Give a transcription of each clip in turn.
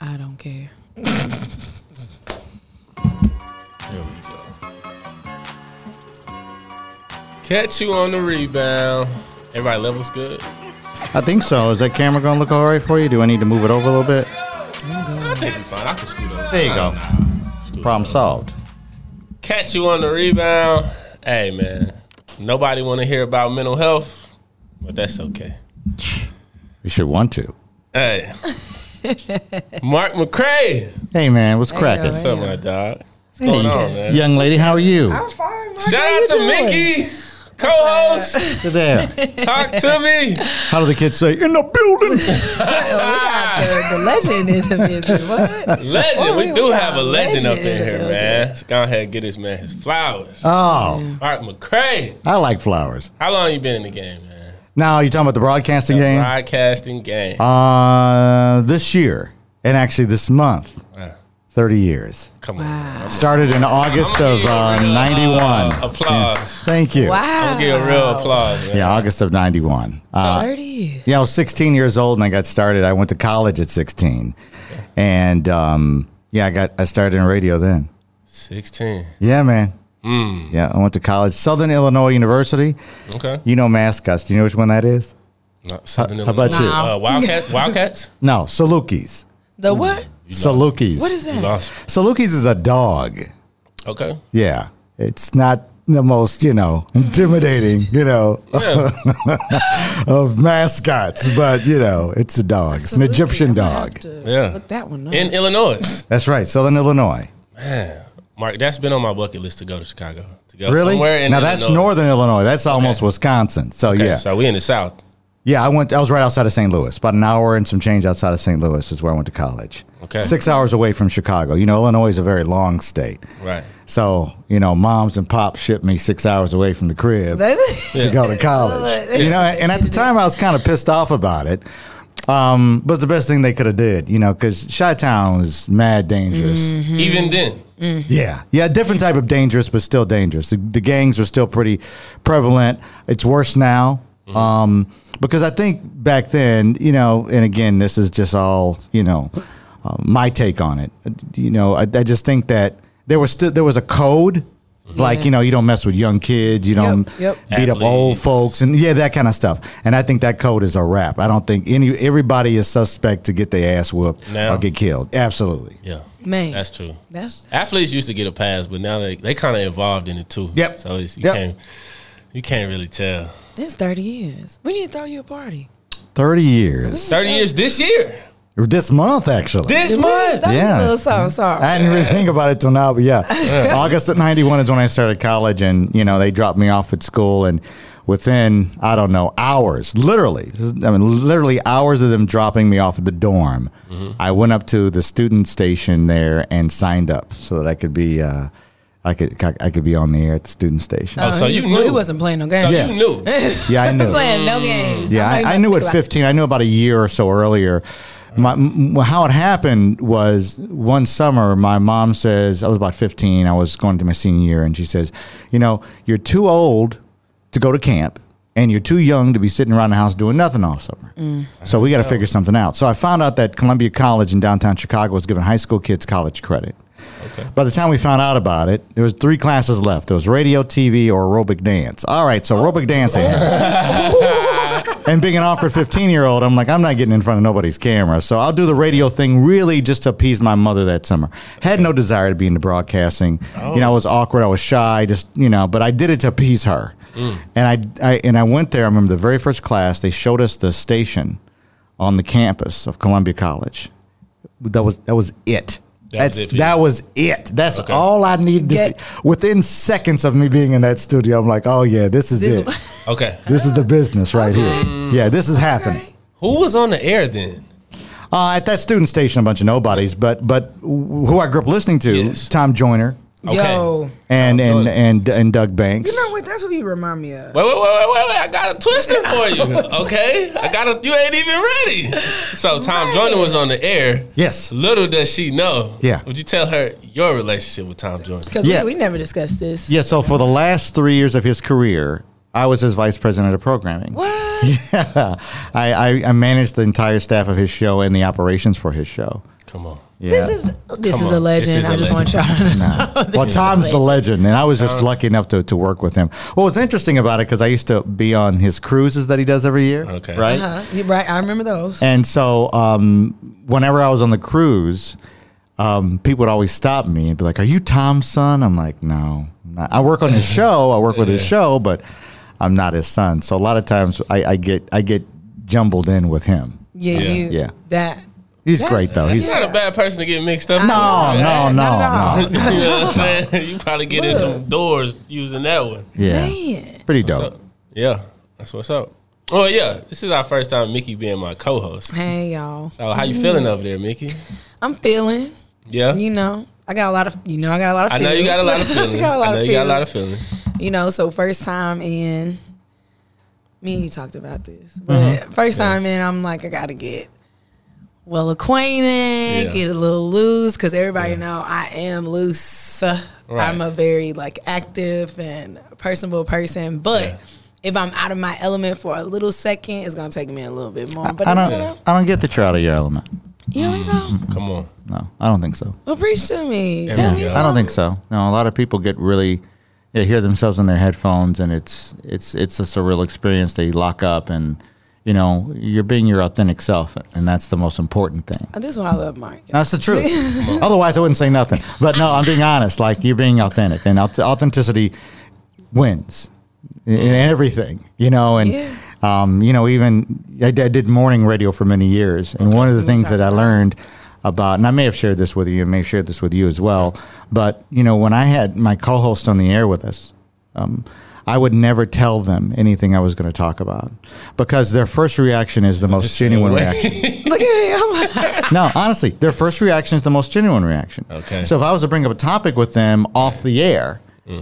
I don't care. There we go. Catch you on the rebound. Everybody levels good. I think so. Is that camera going to look all right for you? Do I need to move it over a little bit? I'm I good. think we fine. I can scoot over. There you I go. don't know. Problem solved. Catch you on the rebound. Hey man, nobody want to hear about mental health, but that's okay. You should want to. Hey, Mark McCray, Hey, man, what's Hey, yo, cracking? what's up, Damn. my dog? What's going on, man? Young lady, how are you? I'm fine. Mark. Shout How out you to doing? Mickey, co-host. Look at there. Talk to me. How do the kids say? In the building. Oh, we got the, the legend in the business. What? Legend. Oh, we we- do we have got a a legend up in legend in the here, building. man. Let's go ahead and get this man his flowers. Oh, Mark McCray, I like flowers. how long you been in the game, man? Now you talking about the broadcasting game? Broadcasting game. Uh, this year, and actually this month, Yeah. thirty years. Come on. man. I'm- Started in August I'ma of give you a uh, real, uh, '91. applause. Thank you. Wow. I'm gonna give a real applause, man. Yeah, August of '91. Uh, 30. you know, 16 years old, and I got started. I went to college at 16, and um, yeah, I got I started in radio then. 16. Yeah, man. Yeah, I went to college, Southern Illinois University. Okay. You know mascots. Do you know which one that is? Not Southern how about Illinois. you? Nah. Uh, Wildcats? Wildcats? No, Salukis. The Mm. what? Salukis. What is You that? lost. Salukis is a dog. Okay. Yeah, it's not the most you know intimidating you know Yeah. of mascots, but you know it's a dog. It's an Egyptian I'm gonna have dog. to Yeah. Look that one up. In Illinois. That's right, Southern Illinois. Mark, that's been on my bucket list to go to Chicago. To go Really? somewhere in now that's Illinois. Northern Illinois. That's almost Wisconsin. So Okay, yeah, So we in the South. yeah. I went. I was right outside of St. Louis, about an hour and some change outside of St. Louis is where I went to college. Okay. six hours away from Chicago. You know, Illinois is a very long state. Right. So you know, moms and pops shipped me six hours away from the crib. That's- to go to college. You know, and at the time I was kind of pissed off about it. Um, but it's the best thing they could have did, you know, because Chi-Town was mad dangerous. Even then. Yeah, yeah, different type of dangerous, but still dangerous. The, the gangs were still pretty prevalent. It's worse now Mm-hmm. um, because I think back then, you know, and again, this is just all you know, uh, my take on it. You know, I, I just think that there was still there was a code. Like Yeah. you know, you don't mess with young kids. You don't Mm-hmm. yep. beat up old Athletes. folks, and yeah, that kind of stuff. And I think that code is a wrap. I don't think any everybody is suspect to get their ass whooped Now. or get killed. Absolutely. Yeah. Man. That's true. That's Athletes used to get a pass, but now they, they kind of evolved in it too. Yep. So it's, you Yep. can't you can't really tell. that's 30 years. We need to throw you a party. Thirty years. Thirty years this year. This month, actually. This month. Throw you Yeah. a little something, something. I didn't really think about it till now, but yeah. August of 91 is when I started college, and, you know, they dropped me off at school, and within, I don't know, hours, literally, this is- I mean, literally hours of them dropping me off at the dorm, I went up to the student station there and signed up so that I could be. Uh, I could I could be on the air at the student station. Oh, so he, you well, he knew. wasn't playing no So games. Yeah. you knew. Yeah, I knew. playing no games. Yeah, I'm not I, I even knew at gonna- 15. I knew about a year or so earlier. My, m- how it happened was one summer, my mom says, I was about 15. I was going to my senior year, and she says, You know, you're too old to go to camp, and you're too young to be sitting around the house doing nothing all summer. So we got to figure something out. So I found out that Columbia College in downtown Chicago was giving high school kids college credit. By the time we found out about it, there was three classes left. There was radio, TV, or aerobic dance. All right, so aerobic dance. they had and being an awkward 15 year old, I'm like, I'm not getting in front of nobody's camera. So I'll do the radio thing really just to appease my mother that summer. Had no desire to be into broadcasting. You know, I was awkward. I was shy, just, you know, but I did it to appease her. Mm. And I, I, and I went there. I remember the very first class, they showed us the station on the campus of Columbia College. That was, that was it. That was That's, it for you. that was it. That's all I needed to Get- see. Within seconds of me being in that studio, I'm like, oh yeah, this is This- it. Okay. This is the business right here. Yeah, this is happening. Who was on the air then? Uh, at that student station, a bunch of nobodies, but but who I grew up listening to, Yes. Tom Joyner Okay. Yo. and and, and and Doug Banks. You know what? That's what you remind me of. Wait, wait, wait, wait, wait, wait. I got a twister for you. Okay. I got a you ain't even ready. So Tom Joyner was on the air. Yes. Little does she know. Yeah. Would you tell her your relationship with Tom Joyner? Because Yeah. we, we never discussed this. Yeah. So for the last three years of his career, I was his vice president of programming. What? I, I, I managed the entire staff of his show and the operations for his show. Come on. Yeah. This is this is Come on. a legend. This is a I just want y'all legend. to know. well, Tom's the legend, and I was just lucky enough to, to work with him. Well, what's interesting about it because I used to be on his cruises that he does every year, Okay. right? Huh? You Uh-huh. Right, I remember those. And so, um, whenever I was on the cruise, um, people would always stop me and be like, "Are you Tom's son?" I'm like, "No, I'm not. I work on his show. I work with his show, but I'm not his son." So a lot of times, I, I get I get jumbled in with him. Yeah, Yeah. you. Yeah. That. He's That's- great though. He's You're not a bad person to get mixed up. no, with. no, no, Not at all. no. you know what I'm saying? You probably get in some doors using that one. Yeah, Man. pretty dope. Yeah, that's what's up. Oh yeah, this is our first time Mickey being my co-host. Hey y'all. So how you feeling over there, Mickey? I'm feeling. Yeah, You know, I got a lot of. You know, I got a lot of. I know you got a lot of feelings. I got a lot I know of you got a lot of feelings. feelings. you know, so first time in, me and you talked about this, but Mm-hmm. first time in, I'm like, I gotta get well acquainted, Yeah. get a little loose, because everybody know I am loose. Right. I'm a very like active and personable person, but. Yeah. If I'm out of my element for a little second, it's gonna take me a little bit more. But I you don't. know, I don't get that you're out of your element. you don't think so? Come on. No, I don't think so. Well, preach to me. There Tell we me. go. I don't think so. No, a lot of people get really they hear themselves in their headphones, and it's it's it's a surreal experience. They lock up, and you know you're being your authentic self, and that's the most important thing. This is why I love Mark. That's the truth. Otherwise, I wouldn't say nothing. But no, I'm being honest. Like you're being authentic, and auth- authenticity wins in in everything. You know, and Yeah. um, you know, even I did, I did morning radio for many years, and one of the things that I learned about, and I may have shared this with you, I may have shared this with you as well. But you know, when I had my co-host on the air with us, um, I would never tell them anything I was going to talk about because their first reaction is the most genuine Wait. reaction. Look at me. I'm like, No, honestly, their first reaction is the most genuine reaction. Okay. Mm. So if I was to bring up a topic with them off the air,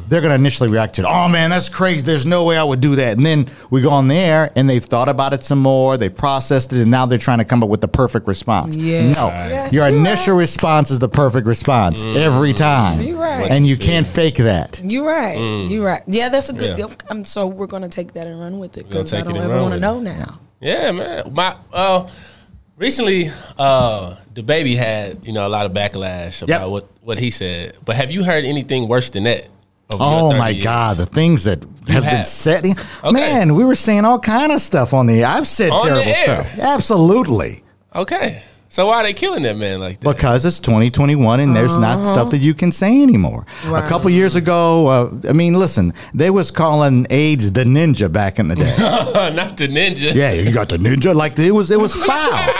they're going to initially react to, it, "Oh man, that's crazy. There's no way I would do that." And then we go on the air, and they've thought about it some more, they processed it, and now they're trying to come up with the perfect response. Yeah. No, Yeah, your you're initial response is the perfect response Mm. every time. You're right. and you can't fake that. You right. You right. Yeah, that's a good. Mm. Yeah. Um, so we're gonna take that and run with it gonna because I take it don't and ever run want to with know now. Yeah, man. My uh, recently, uh, the baby had you know a lot of backlash about Yep. what what he said. But have you heard anything worse than that? over your Oh 30 my years? God, the things that have, been have. said. Man, we were saying all kind of stuff on the. I've said On the terrible air. stuff. Absolutely. Okay, so why are they killing that man like that? because it's 2021 and there's not stuff that you can say anymore. A Right. couple years ago, uh, I mean, listen, they was calling AIDS the ninja back in the day. Not the ninja. yeah, you got the ninja. Like it was, it was foul.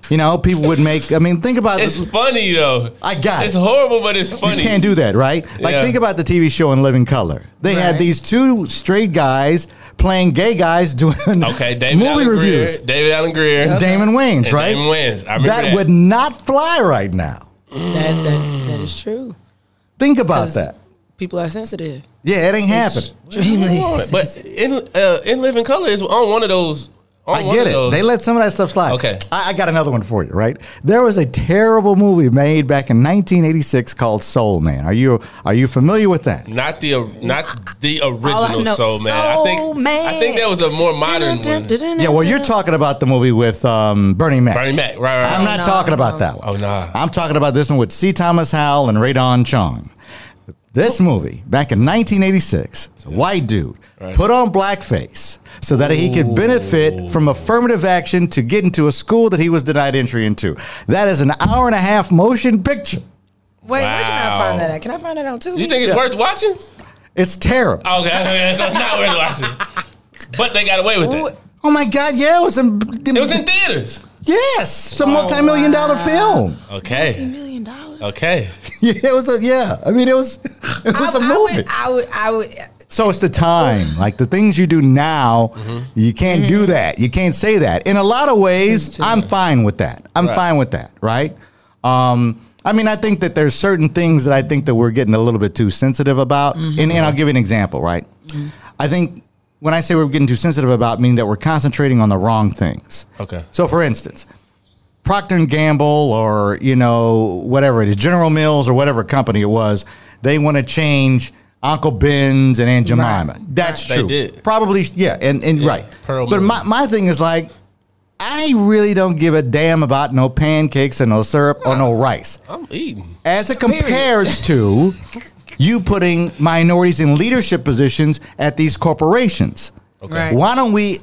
you know, people would make. I mean, think about It's it. funny though. I got It's it. horrible, but it's funny. You can't do that, right? Like, Yeah. think about the TV show In Living Color. They had Right. these two straight guys playing gay guys doing Okay, David movie Allen reviews. Greer. David Allen Greer. Damon Wayans, And right? Damon Wayans. I remember that, that. would not fly right now. That, that that is true. Think about 'Cause that. People are sensitive. Yeah, it ain't happening. Extremely. Mm. But in uh, in Living Color is on one of those. On I one get of it. those. They let some of that stuff slide. Okay. I, I got another one for you, right? There was a terrible movie made back in 1986 called Soul Man. Are you are you familiar with that? Not the not the I original know- Soul Man. I Soul think I Man. think that was a more modern one. Yeah, well, you're talking about the movie with um, Bernie Mac. Bernie Mac. Right, right. I'm right. not Oh, no, talking no. about that one. Oh, nah. I'm talking about this one with C. Thomas Howell and Radon Chong. This movie, back in 1986, it's a white dude Right. put on blackface so that he could benefit from affirmative action to get into a school that he was denied entry into. That is an hour and a half motion picture. Wait, where can I Wow. find that? at? Can I find that on Tubi? You think it's worth watching? Okay, It's terrible. okay, so it's not worth watching. But they got away with Ooh, it. Oh my God! Yeah, it was in. It was in theaters. yes, Oh, some multi-million dollar film. $18 Okay. million dollars. Okay. Yeah, it was a yeah. I mean, it was it was a I, movie. I would. I would. I would So it's the time. Like the things you do now, you can't do that. You can't say that. In a lot of ways, I'm fine with that. I'm Right. fine with that, right? Um, I mean, I think that there's certain things that I think that we're getting a little bit too sensitive about. And, and I'll give you an example, right? I think when I say we're getting too sensitive about, I mean that we're concentrating on the wrong things. Okay. So, for instance, Procter and Gamble, or you know whatever it is, General Mills, or whatever company it was, they want to change Uncle Ben's and Aunt Jemima. That's They true. did. Probably, yeah, and and right. Pearl but Moon. my my thing is like, I I really don't give a damn about no pancakes and no syrup or no rice. I'm eating. As it compares to you putting minorities in leadership positions at these corporations. Right. Why don't we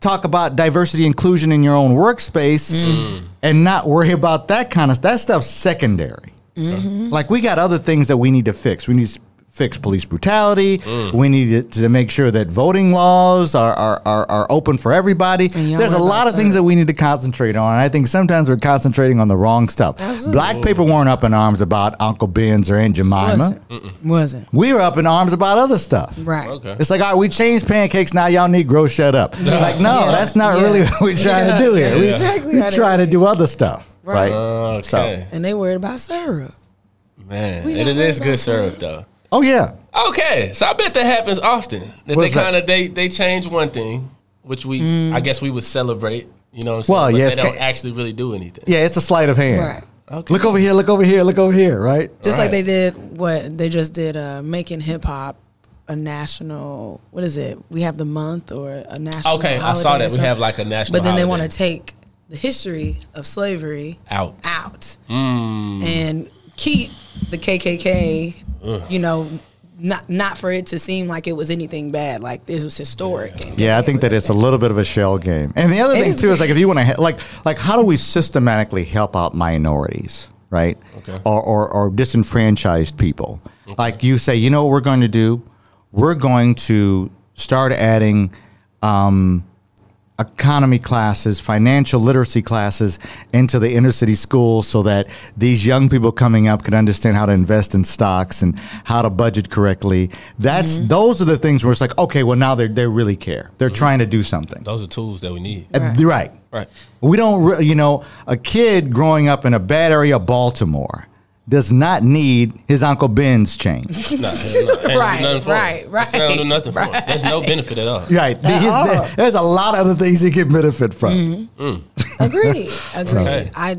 talk about diversity inclusion in your own workspace Mm. and not worry about that kind of that stuff's secondary. Mm-hmm. Like we got other things that we need to fix. We need to fix police brutality. Mm. We need to, to make sure that voting laws are are, are, are open for everybody. And y'all There's a worry lot about of things that we need to concentrate on. And I think sometimes we're concentrating on the wrong stuff. Absolutely. Black people weren't up in arms about Uncle Ben's or Aunt Jemima. Wasn't. Wasn't. We were up in arms about other stuff. Right. Okay. It's like, all right, we changed pancakes. Now y'all need grow shut up. Like, no, Yeah. that's not really Yeah. what we're trying to do here. That's We, exactly we how they trying to do other stuff, right? Right. Okay. So- And they worried about syrup. Man, We and it not is worried good about syrup though. oh yeah, Okay, so I bet that happens often. That they What's that? kind of they they change one thing, which we Mm. I guess we would celebrate. You know, what I'm saying? Well, but yes, they don't ca- actually really do anything. yeah. It's a sleight of hand. Right. Okay. Look over here. Look over here. Look over here. Right. Just Right. like they did what they just did, uh, making hip hop a national. What is it? We have the month or a national. Okay, I holiday saw or that we something. have like a national. uh, But then they want to holiday. take the history of slavery out. out Mm. and keep the KKK. You know, not not for it to seem like it was anything bad. Like this was historic. and- Yeah, I think that it's a little bit of a shell game. And the other It thing is too is like if you want to like like how do we systematically help out minorities, right? Okay. Or, or or disenfranchised people. Like you say, you know what we're going to do? We're going to start adding economy classes, financial literacy classes into the inner city schools so that these young people coming up can understand how to invest in stocks and how to budget correctly. That's Mm-hmm. those are the things where it's like, okay, well now they they really care. They're trying to do something. Those are tools that we need. Uh, Right. Right. Right. We don't re- you know, a kid growing up in a bad area of Baltimore does not need his uncle Ben's change. No, hell no. Ain't gonna do Right, nothing for right, it. right, It's not gonna do nothing for it. There's no benefit at all. Right. Oh. His- there's a lot of other things he can benefit from. Mm-hmm. Agreed. Agreed. Okay. I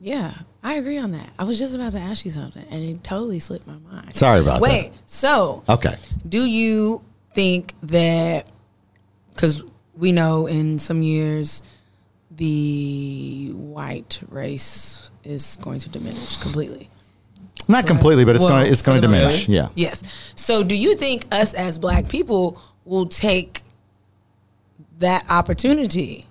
yeah, I agree on that. I was just about to ask you something and it totally slipped my mind. Sorry about Wait, so that. Okay. do you think that cuz we know in some years the white race is going to diminish completely. Not completely, but it's Well, going to it's going for to the most diminish. part. Yeah. Yes. So do you think us as black people will take that opportunity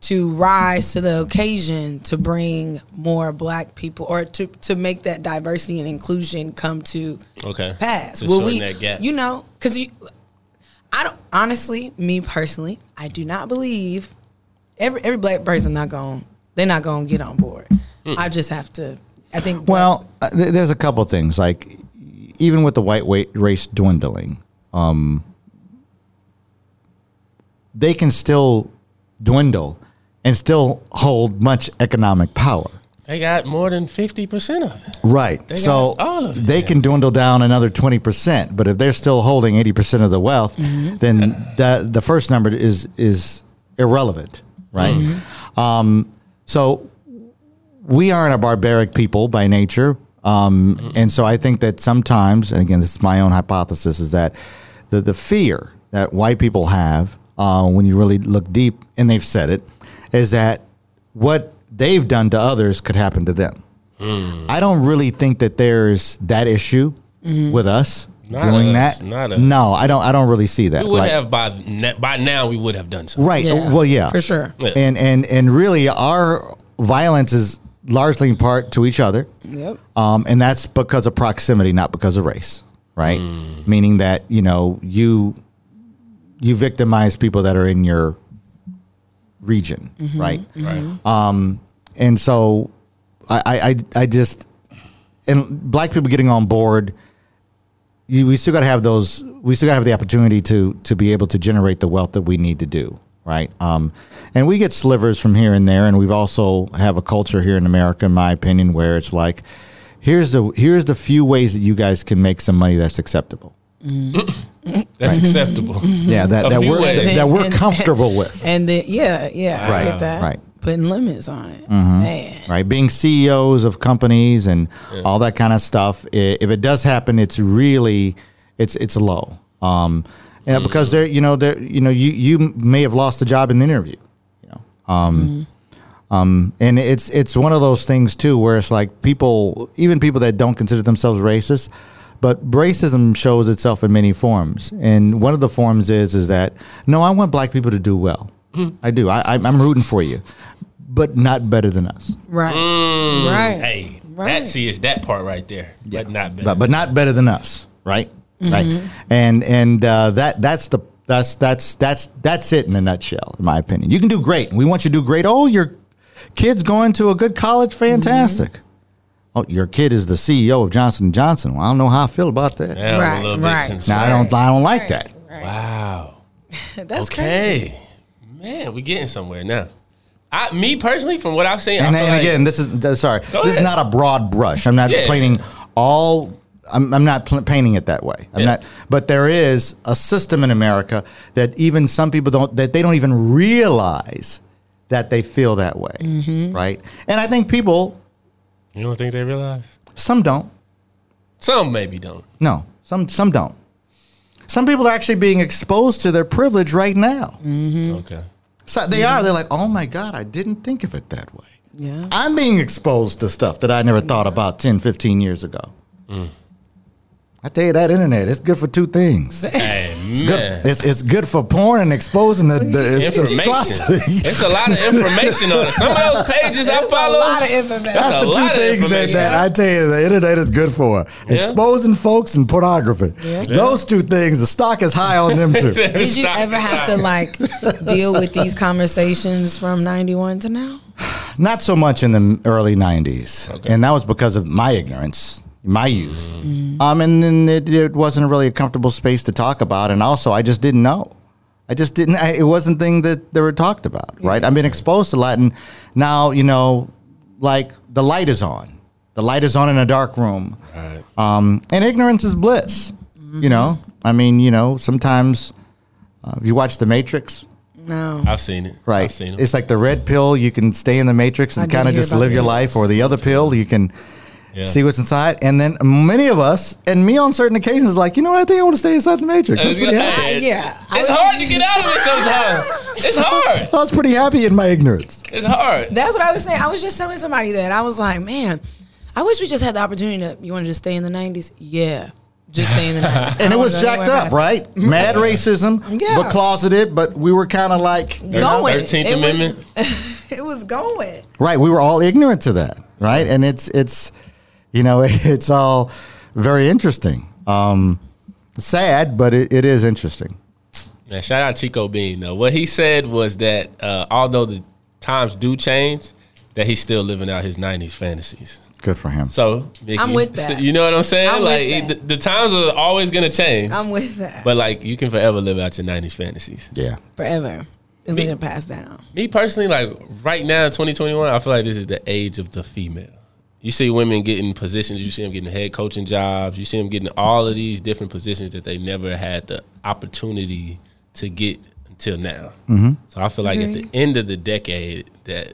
to rise to the occasion to bring more black people or to, to make that diversity and inclusion come to Okay. pass? To will shorten we that gap. you know, cuz you I don't honestly, me personally, I do not believe every every black person not going to they're not going to get on board. Hmm. I just have to I think black Well, uh, th- there's a couple things. Like even with the white weight race dwindling, um, they can still dwindle and still hold much economic power. They got more than fifty percent of it. Right. so got all of it. they can dwindle down another 20%, but if they're still holding 80% of the wealth, then the the first number is is irrelevant, right? Um, so we aren't a barbaric people by nature. Um, And so I think that sometimes, and again, this is my own hypothesis, is that the, the fear that white people have uh, when you really look deep, and they've said it, is that what they've done to others could happen to them. Hmm. I don't really think that there's that issue Mm-hmm. with us Not doing us, that. not us. no, I don't. I don't really see that. We would right. have by ne- by now we would have done something. Right. Well, yeah, For sure. Yeah. And and and really, our violence is largely in part to each other, Yep. um, and that's because of proximity, not because of race. Right. Meaning that you know you you victimize people that are in your region. Right. Um, Right. And so I I I- I just and black people getting on board. You, we still got to have those. We still got to have the opportunity to to be able to generate the wealth that we need to do, right? Um, and we get slivers from here and there, and we've also have a culture here in America, in my opinion, where it's like, here's the here's the few ways that you guys can make some money that's acceptable. That's acceptable. Yeah, Mm-hmm. that, A that few we're ways. that, that we're And- comfortable with. And then yeah, yeah, Right, I get that. right. Mm-hmm. Putting limits on it, man. right? Being CEOs of companies and all that kind of stuff. I- If it does happen, it's really it's it's low, um, and because they're you know they are you know you you may have lost the job in the interview, you know, and it's it's one of those things too where it's like people even people that don't consider themselves racist but racism shows itself in many forms and one of the forms is is that no i want black people to do well i do I, I i'm rooting for you but not better than us Right. Right. Mm. Hey, Right. that see is that part right there, but not better. but, but not better than us, right? Right. And and uh, that that's the that's that's that's that's it in a nutshell, in my opinion. You can do great. We want you to do great. Oh, your kid's going to a good college, fantastic. Oh, your kid is the CEO of Johnson Johnson. Well, I don't know how I feel about that. Now I'm Right, a little right. bit concerned. Now I don't I don't like that. Wow. That's crazy. Okay. Man, we getting somewhere now. I, me personally, from what I've seen, And, I feel and like- again, this is th- sorry. This Go is ahead. not a broad brush. I'm not Yeah. painting all. I'm, I'm not pl- painting it that way. I'm Yeah. not. But there is a system in America that even some people don't. That they don't even realize that they feel that way, Mm-hmm. right? And I think people, you don't think they realize? some don't. Some maybe don't. No, some some don't. Some people are actually being exposed to their privilege right now. Mm-hmm. Mm-hmm. Okay. So they are. They're like, oh my god, I didn't think of it that way. Yeah. I'm being exposed to stuff that I never thought about 10, 15 years ago. I tell you that internet, it's good for two things. It's Hey, man. good, it's, it's good for porn and exposing the, the it's information. atrocities. it's a lot of information on it. Some of those pages I follow. lot of information. that's That's a the lot two of things that, information. that I tell you the internet is good for. Exposing folks and pornography. Those two things, the stock is high on them too. Did you Stop, ever have to stop. like deal with these conversations from 91 to now? Not so much in the early 90s. And that was because of my ignorance, my youth. Um, and then it, it wasn't really a comfortable space to talk about. And also, I just didn't know. I just didn't, I, it wasn't thing that they were talked about, right? I've been exposed to a lot. And now, you know, like the light is on. The light is on in a dark room. Um, and ignorance is bliss, you know? I mean, you know, sometimes uh, if you watch The Matrix, No. I've seen it. Right. I've seen it. It's like the red pill, you can stay in the matrix I and did kind of hear just about live your that. life, or the other pill, you can Yeah. see what's inside. And then many of us, and me on certain occasions, like, you know what? I think I want to stay inside the matrix. I was pretty happy. happy. Yeah. I It's was- hard to get out of it sometimes. It's hard. I was pretty happy in my ignorance. It's hard. That's what I was saying. I was just telling somebody that. I was like, man, I wish we just had the opportunity to, you want to just stay in the 90s? Yeah. Just stay in the 90s. I And it don't was wanna go jacked anywhere up, else. right? Mad racism, Yeah. but closeted, but we were kind of like, Going. 13th It was- Amendment. It was going. right, we were all ignorant to that, right? And it's, it's, you know, it's all very interesting. Um, sad, but it, it is interesting. Now, shout out Chico Bean. Though what he said was that uh, although the times do change, that he's still living out his '90s fantasies. Good for him. So Mickey, I'm with so that. you know what I'm saying? I'm with like it- that. The, the times are always gonna change, I'm with that. but like you can forever live out your '90s fantasies. Yeah. Forever. It's been passed down. Me personally, like right now in 2021, I feel like this is the age of the female. You see women getting positions, you see them getting head coaching jobs, you see them getting all of these different positions that they never had the opportunity to get until now. So I feel like at the end of the decade, that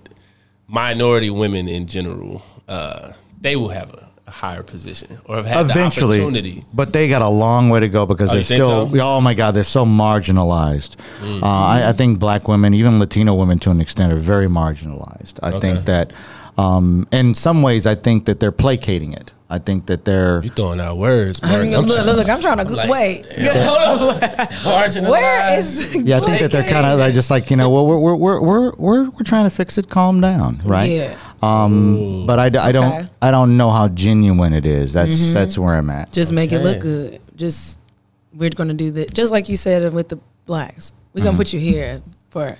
minority women in general, uh, they will have a, a higher position or have had eventually the opportunity. but they got a long way to go because they're you think so? still Mm. oh my god they're so marginalized uh, I, I think black women even latino women to an extent are very marginalized i think that um, in some ways i think that they're placating it i think that they're You're throwing out words, Mark. I'm look, trying- look, look, I'm trying to like- wait. Hold on. Where Marginalized. is yeah, I think that they're kind of like just like you know, well, we're we're, we're we're we're we're trying to fix it. Calm down, right? Yeah. Um, but I, d- I don't Okay. Mm-hmm. I don't know how genuine it is. That's that's where I'm at. Just make it Okay. look good. Just we're gonna do that. Just like you said with the blacks, we're Mm-hmm. gonna put you here for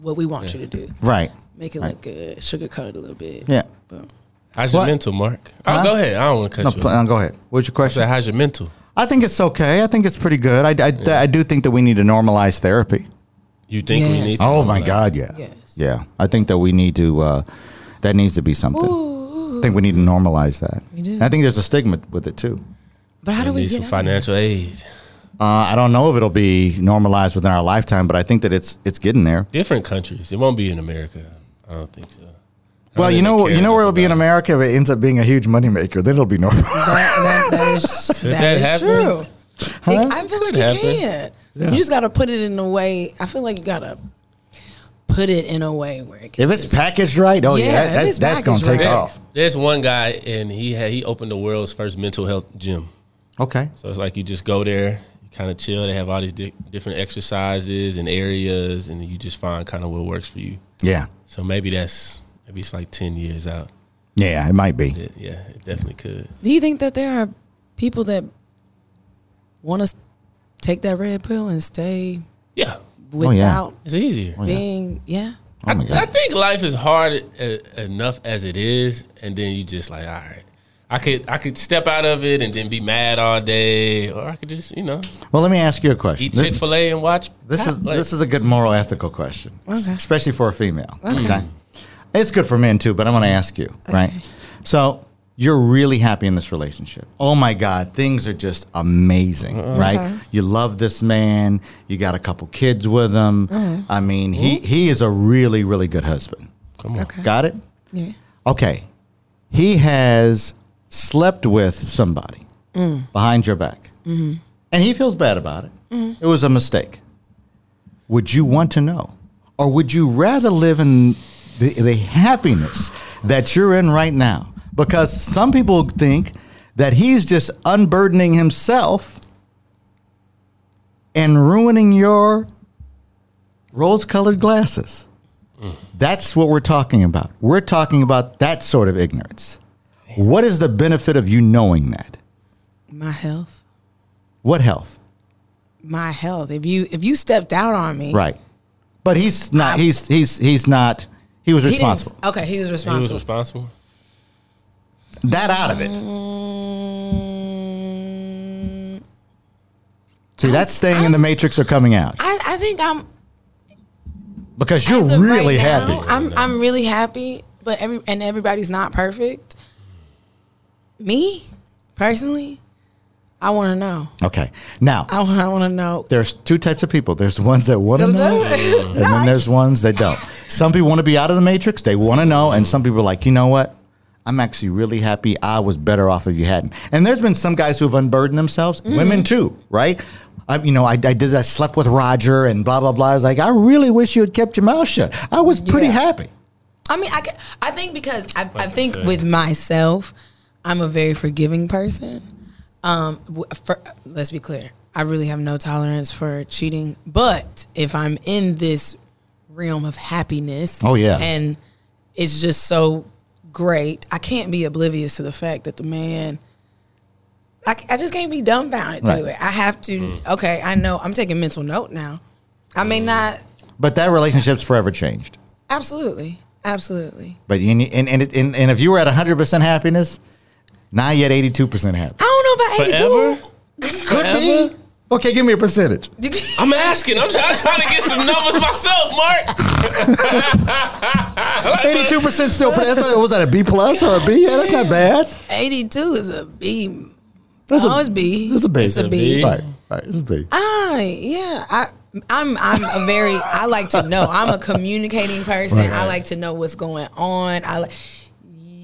what we want you to do. Right? Make it look good. Sugarcoat it a little bit. Yeah. But How's your What? mental, Mark? Oh, go ahead. I don't want to cut No, you. pl- uh, go ahead. What's your question? So how's your mental? I think it's okay. I think it's pretty good. I, I, I do think that we need to normalize therapy. You think we Yes. need? to Oh know my that? God, yeah. Yes. Yeah. I think that we need to, uh, that needs to be something. I think we need to normalize that. We do. I think there's a stigma with it too. but how do we We need get some out of financial aid. Uh, I don't know if it'll be normalized within our lifetime, but I think that it's it's getting there. Different countries. It won't be in America. I don't think so. Well, you even know, care you know where enough it'll be in about America if it ends up being a huge moneymaker. Then it'll be normal. that? That- that is that that is happen? true. It- I feel like Could it happen. can. You just gotta put it in a way. I feel like you gotta put it in a way where it can If it's packaged right, oh yeah, Yeah, if that, it's that's, that's gonna packaged take right. off. There's one guy, and he had, he opened the world's first mental health gym. Okay. So it's like you just go there, you kind of chill. They have all these di- different exercises and areas, and you just find kind of what works for you. Yeah. So maybe that's maybe it's like ten years out. Yeah, it might be. It- yeah, it definitely could. Do you think that there are people that want to take that red pill and stay Yeah, without it's easier. being? Yeah. Oh my I god. think life is hard e- enough as it is, and then you just like, all right, I could I could step out of it and then be mad all day, or I could just you know Well, let me ask you a question. eat Chick Fil A and watch. This is like- this is a good moral ethical question, Okay. especially for a female. Okay. it's good for men too, but I want to ask you, right? So you're really happy in this relationship. Oh my God, things are just amazing, right? You love this man. You got a couple kids with him. I mean, he he is a really really good husband. Come on, Okay. Got it? Yeah. Okay, he has slept with somebody behind your back, and he feels bad about it. It was a mistake. Would you want to know, or would you rather live in the, the happiness that you're in right now? Because some people think that he's just unburdening himself and ruining your rose-colored glasses. That's what we're talking about. We're talking about that sort of ignorance. What is the benefit of you knowing that? My health. What health? My health. If you if you stepped out on me, Right. But he's not. He's he's he's not. He was He didn't- responsible. okay, he was he was responsible. responsible. That out of it. Mm, See, that's staying in the matrix or coming out I, I think I'm because as you're of right really now, happy. I'm I'm really happy, but every and everybody's not perfect. Me personally, I want to know. Okay. Now I want I want to know. there's two types of people. There's the ones that want to know, and then there's ones that don't. Some people want to be out of the matrix. They want to know, and some people are like, you know what? I'm actually really happy. I was better off if you hadn't. And there's been some guys who've unburdened themselves, women too, right? I, you know, I, I did. I slept with Roger and blah blah blah. I was like, I really wish you had kept your mouth shut. I was pretty Yeah. happy. I mean, I ca- I think because I, I you think said. with myself, I'm a very forgiving person. Um, w- for, let's be clear, I really have no tolerance for cheating. But if I'm in this realm of happiness, Oh, yeah. and it's just so great, I can't be oblivious to the fact that the man. I, c- I just can't be dumbfounded Right. to it. I have to. Okay, I know. I'm taking mental note now. I may not. But that relationship's forever changed. Absolutely. Absolutely. But you need, and, and, it- and and if you were at 100 percent happiness, now you're at 82 percent happy. I don't know about 82. Forever? Could be. Okay, give me a percentage. I'm asking. I'm trying, trying to get some numbers myself, Mark. 82 percent still. That's not, was that a B plus or a B? Yeah, that's not bad. 82 is a B. That's Oh, it's B. That's a B. It's a B. B. Right, right. It's a B. Ah, yeah. I, I'm I'm a very I like to know. I'm a communicating person. I like to know what's going on. I like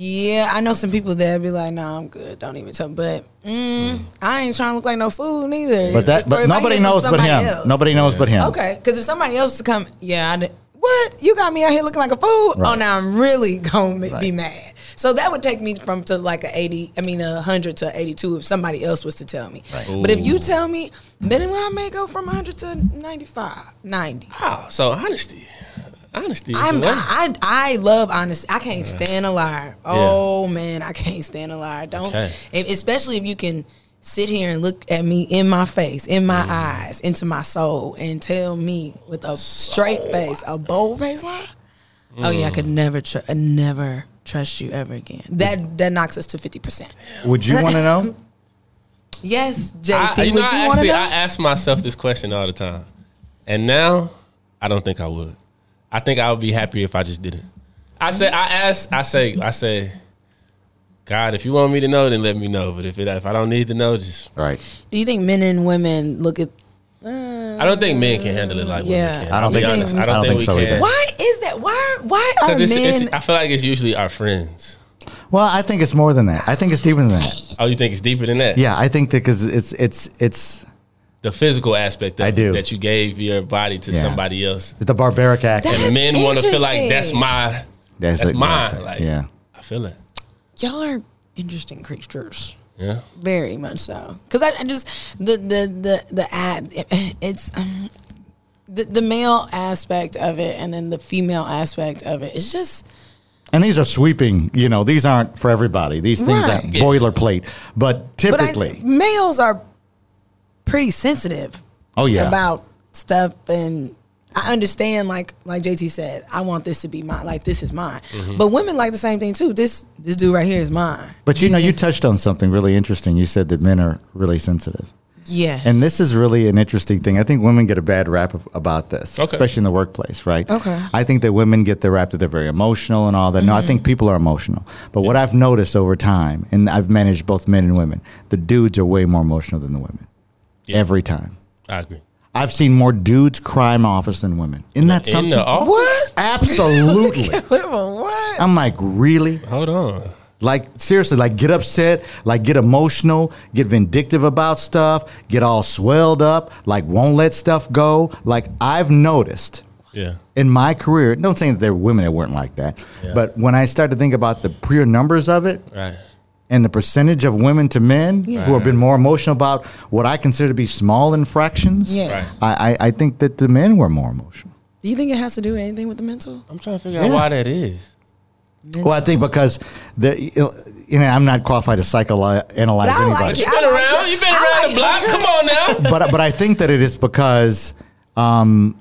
yeah, I know some people that be like, "Nah, I'm good. Don't even tell." But mm, I ain't trying to look like no fool neither. Hmm. But that, Or but if I hear nobody from knows but somebody him. else. Nobody knows but him. Okay, because if somebody else to come, yeah, I did, what you got me out here looking like a fool? Oh, Right. now I'm really gonna ma- be Right. mad. So that would take me from to like a eighty, I mean a hundred to eighty two if somebody else was to tell me. But if you tell me, then I may go from hundred to 95, 90. Oh, so honesty, honesty. is I'm the way. I, I I love honesty. I can't stand a liar. Oh man, I can't stand a liar. Don't Okay. if, especially if you can sit here and look at me in my face, in my Mm. eyes, into my soul, and tell me with a straight face, a bold face lie. Oh Mm. yeah, I could never tr- uh, never trust you ever again. That that knocks us to fifty percent. Would you want to know? Yes, I, JT, you know, would you I want to actually know? I ask myself this question all the time, and now I don't think I would. I think I would be happy if I just didn't. I say I ask. I say I say, God, if you want me to know, then let me know. But if it, if I don't need to know, just Right. Do you think men and women look at I don't think men can handle it like Yeah. women can. I don't I'll be think- honest. I don't think so we either. can. why is that? Why why are 'Cause men? it's- it's- I feel like it's usually our friends. Well, I think it's more than that. I think it's deeper than that. Oh, you think it's deeper than that? Yeah, I think that because it's it's it's the physical aspect of I it, do. that you gave your body to Yeah. somebody else. It's the barbaric act. That- That's and men want to feel like that's interesting. my that's, exactly- mine. Like yeah. I feel it. Y'all are interesting creatures. Yeah. Very much so. Because I, I just the the the the ad it's um, the the male aspect of it and then the female aspect of it. It's just And these are sweeping, you know, these aren't for everybody. These things Right. are boilerplate. But but I, typically, males are pretty sensitive oh, yeah. about stuff and I understand like like JT said, I want this to be mine. Like this is mine. Mm-hmm. But women like the same thing too. This this dude right here is mine. but you know, you touched on something really interesting. You said that men are really sensitive. Yes. And this is really an interesting thing. I think women get a bad rap ab- about this, Okay. especially in the workplace, right? Okay. I think that women get the rap that they're very emotional and all that. No, I think people are emotional. But what I've noticed over time, and I've managed both men and women, the dudes are way more emotional than the women every time. I agree. I've seen more dudes cry in my office than women. Isn't that In something? the office. what? Absolutely. what? I'm like, really? Hold on. Like seriously, like get upset, like get emotional, get vindictive about stuff, get all swelled up, like won't let stuff go. Like I've noticed Yeah. in my career, don't saying that there were women that weren't like that, but when I started to think about the pure numbers of it Right. and the percentage of women to men who have been more emotional about what I consider to be small infractions, Yeah. Right. I, I, I think that the men were more emotional. Do you think it has to do with anything with the mental? I'm trying to figure Yeah. out why that is. Well, I think because the you know I'm not qualified to psychoanalyze But I anybody. like But you've I been like around. it. You've been I around like the block. Come on now. but but I think that it is because um,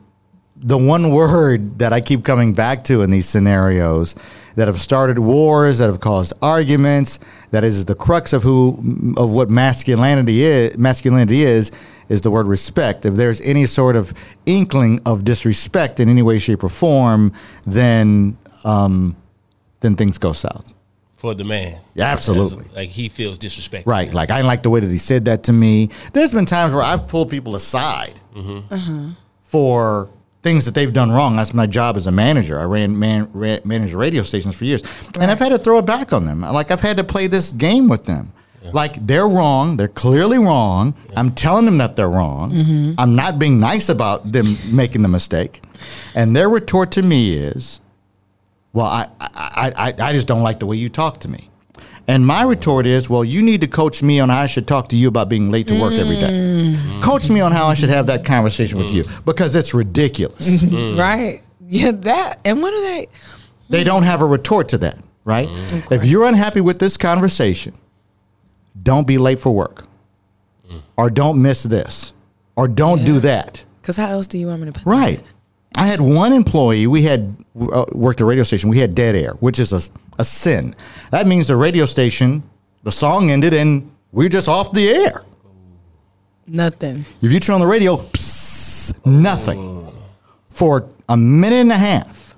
the one word that I keep coming back to in these scenarios that have started wars, that have caused arguments, that is the crux of who of what masculinity is. Masculinity is is the word respect. If there's any sort of inkling of disrespect in any way, shape, or form, then um, then things go south. For the man. Absolutely. Like he feels disrespected. Right. Like, I didn't like the way that he said that to me. There's been times where I've pulled people aside for things that they've done wrong. That's my job as a manager. I ran, man, ran managed radio stations for years. And I've had to throw it back on them. Like, I've had to play this game with them. Like, they're wrong. They're clearly wrong. I'm telling them that they're wrong. I'm not being nice about them making the mistake. And their retort to me is, well, I, I, I, I- I just don't like the way you talk to me. And my retort is, well, you need to coach me on how I should talk to you about being late to work every day. Coach me on how I should have that conversation with you because it's ridiculous. Mm-hmm. Mm. Right. Yeah, that. And what are they? they don't have a retort to that, right? If you're unhappy with this conversation, don't be late for work or don't miss this or don't do that. Because how else do you want me to put that? Right. I had one employee. We had uh, worked at a radio station. We had dead air, which is a, a sin. That means the radio station, the song ended, and we're just off the air. Nothing. If you turn on the radio, psst, nothing for a minute and a half.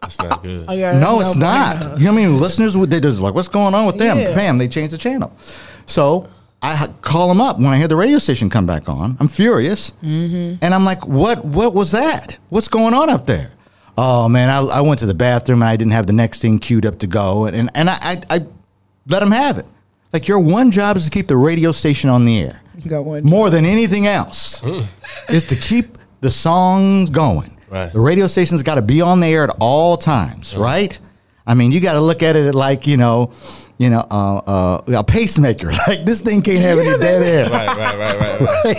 That's not good. No, it's not. You know what I mean? Listeners would they just like, what's going on with them? Yeah. Bam, they change the channel. So I ha- call them up when I hear the radio station come back on. I'm furious, and I'm like, what? What was that? What's going on up there? Oh man, I, I went to the bathroom and I didn't have the next thing queued up to go, and and, and I, I I let them have it. Like your one job is to keep the radio station on the air Go one. more than anything else Mm. is to keep the songs going. Right. The radio station's got to be on the air at all times, right? I mean, you got to look at it like you know, you know, uh, uh, a pacemaker. Like this thing can't have any dead air. Right, right, right, right, right.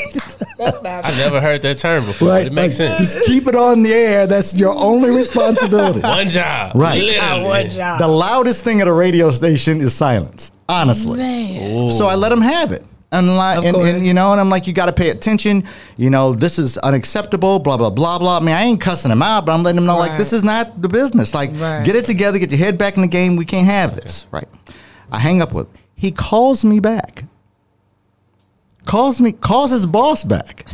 That's not. I never heard that term before. Right, But it makes like, sense. Just keep it on the air. That's your only responsibility. One job. Right. Literally. one job. the loudest thing at a radio station is silence. Honestly, Man. So I let him have it. And, like, Of and, and course. you know, and I'm like, you got to pay attention. You know, this is unacceptable. Blah blah blah blah. I mean, I ain't cussing him out, but I'm letting him know like Right. this is not the business. Like, Right. get it together. Get your head back in the game. We can't have this, right? I hang up with. Him. He calls me back. Calls me. Calls his boss back.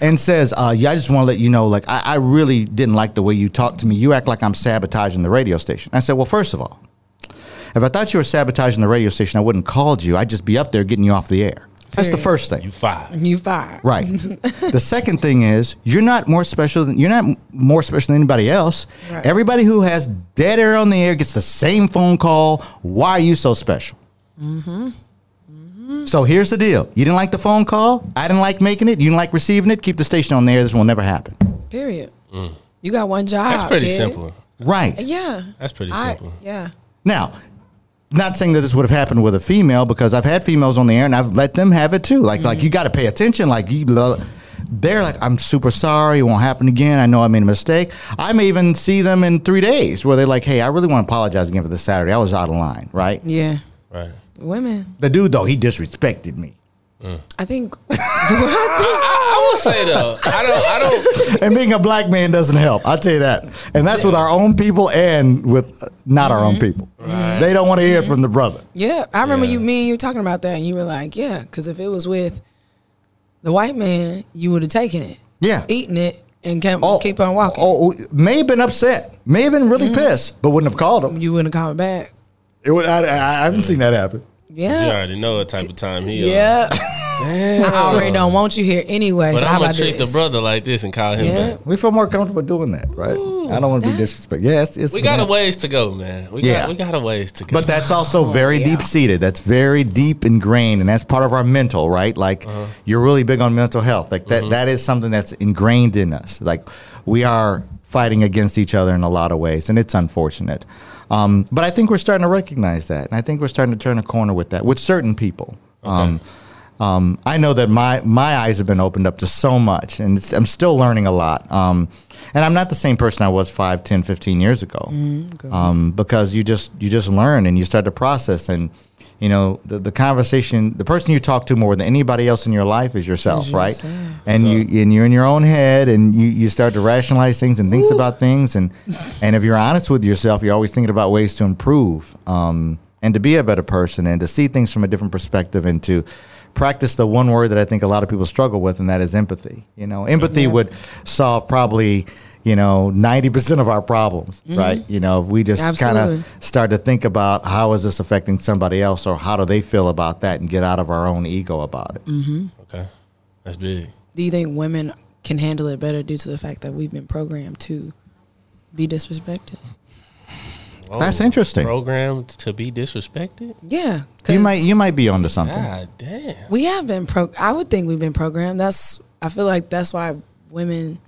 And says, uh, yeah, I just want to let you know, like, I, I really didn't like the way you talked to me. You act like I'm sabotaging the radio station. I said, well, first of all, if I thought you were sabotaging the radio station, I wouldn't called you. I'd just be up there getting you off the air. That's the Period. first thing. You five. You fired. Right. the second thing is you're not more special than you're not m- more special than anybody else. Right. Everybody who has dead air on the air gets the same phone call. Why are you so special? So here's the deal. You didn't like the phone call. I didn't like making it. You didn't like receiving it. Keep the station on there. This will never happen. Period. You got one job. Mm. That's pretty kid. simple. Right. Yeah. That's pretty I, simple. yeah. Now, not saying that this would have happened with a female because I've had females on the air and I've let them have it too. Like, like you got to pay attention. Like you, lo- they're like, I'm super sorry. It won't happen again. I know I made a mistake. I may even see them in three days where they're like, Hey, I really want to apologize again for this Saturday. I was out of line. Right. Yeah. Right. Women. The dude though, he disrespected me. I think I will say though, I don't, I don't. and being a black man doesn't help. I'll tell you that. And that's with our own people and with uh, not our own people. They don't want to hear it from the brother. Yeah, I remember Yeah. you, me and you were talking about that, and you were like, "Yeah," because if it was with the white man, you would have taken it, Yeah. eaten it, and kept, keep on walking. Mm. Oh, oh, may have been upset. May have been really pissed, but wouldn't have called him. You wouldn't have called back. It would, I, I, I haven't seen that happen. You Yeah, already know what type of time he. Yeah. yeah. I already don't want you here anyway. But so I'm how gonna about treat this? the brother like this and call him Yeah. back. We feel more comfortable doing that, right? I don't want to be disrespectful. Yeah, it's, it's We got a ways to go, man. We got, Yeah. we got a ways to go. But that's also very Oh, yeah. deep seated. That's very deep ingrained, and that's part of our mental, right? Like Uh-huh. you're really big on mental health. Like Mm-hmm. that, that is something that's ingrained in us. Like we are fighting against each other in a lot of ways, and it's unfortunate. Um, but I think we're starting to recognize that, and I think we're starting to turn a corner with that with certain people. Um, um, I know that my my eyes have been opened up to so much, and it's, I'm still learning a lot. Um, and I'm not the same person I was 5, 10, 15 years ago um, because you just you just learn and you start to process and you know the, the conversation the person you talk to more than anybody else in your life is yourself right and you and you're in your own head and you, you start to rationalize things and thinks about things and and if you're honest with yourself you're always thinking about ways to improve um, and to be a better person and to see things from a different perspective and to practice the one word that I think a lot of people struggle with and that is empathy you know empathy would solve probably you know 90% of our problems right you know if we just kind Absolutely. of start to think about how is this affecting somebody else or how do they feel about that and get out of our own ego about it okay, that's big. Do you think women can handle it better due to the fact that we've been programmed to be disrespected? Whoa. That's interesting. Programmed to be disrespected. Yeah, 'cause you might you might be onto something God damn. we have been pro. I would think we've been programmed. That's I feel like that's why women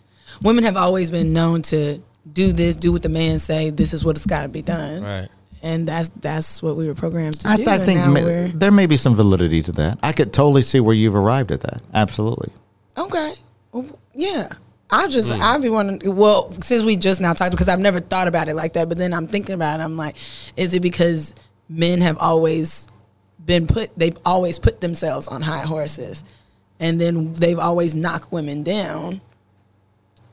women have always been known to do this, do what the man say. This is what it's got to be done. Right. and that's that's what we were programmed to I, do. I and think now ma- we're- there may be some validity to that I could totally see where you've arrived at that absolutely okay, Well, yeah. I just I be wanting. Well, since we just now talked, because I've never thought about it like that, but then I'm thinking about it. I'm like, is it because men have always been put? They've always put themselves on high horses, and then they've always knocked women down.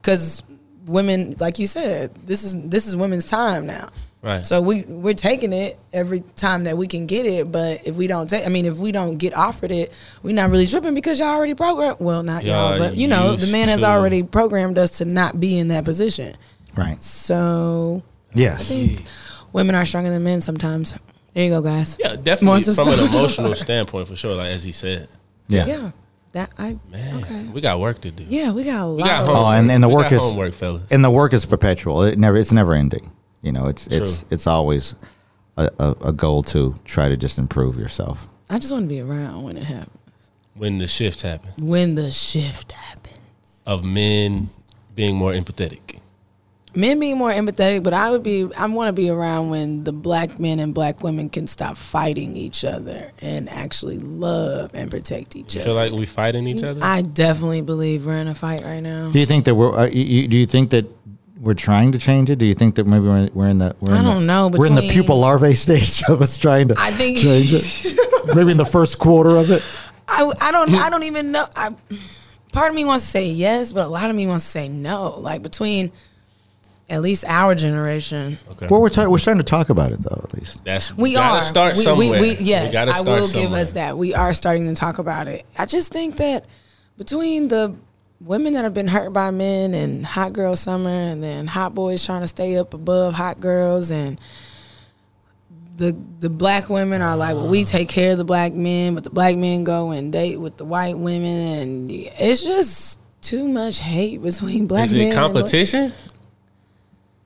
Because women, like you said, this is this is women's time now. Right. So we we're taking it every time that we can get it, but if we don't take, I mean, if we don't get offered it, we're not really tripping because y'all already programmed. Well, not y'all, Y'all but you know, the used man has to- already programmed us to not be in that position. right So yes women are stronger than men sometimes. There you go, guys. Yeah, More definitely to from an start. emotional standpoint for sure. Like as he said, yeah, Yeah, that I okay. we got work to do. Yeah, Oh, we got a lot. We got of- homework. and- and the we work got is- homework, fellas. and the work is perpetual it never it's never ending you know it's it's True. it's always a, a, a goal to try to just improve yourself I just want to be around when it happens. When the shift happened When the shift happens. of men being more empathetic. men being more empathetic, but I would be I want to be around when the black men and black women can stop fighting each other and actually love and protect each You other. feel like we fighting each other? I definitely believe we're in a fight right now. Do you think that we're? Uh, you, you, do you think that we're trying to change it? Do you think that maybe we're, we're in the? We're I in the, don't know, We're in the between- pupil larvae stage of us trying to. I think- change it. maybe in the first quarter of it. I, I don't I don't even know. I, part of me wants to say yes, but a lot of me wants to say no. Like between at least our generation, Okay. Well, we're ta- we're starting to talk about it though, at least. That's we gotta are start we, we- somewhere. We, yes, gotta I start will give somewhere. us that. We are starting to talk about it. I just think that between the women that have been hurt by men and hot girl summer, and then hot boys trying to stay up above hot girls, and the the black women are like, well, Ah. we take care of the black men, but the black men go and date with the white women, and it's just too much hate between black Is men. it and black- competition?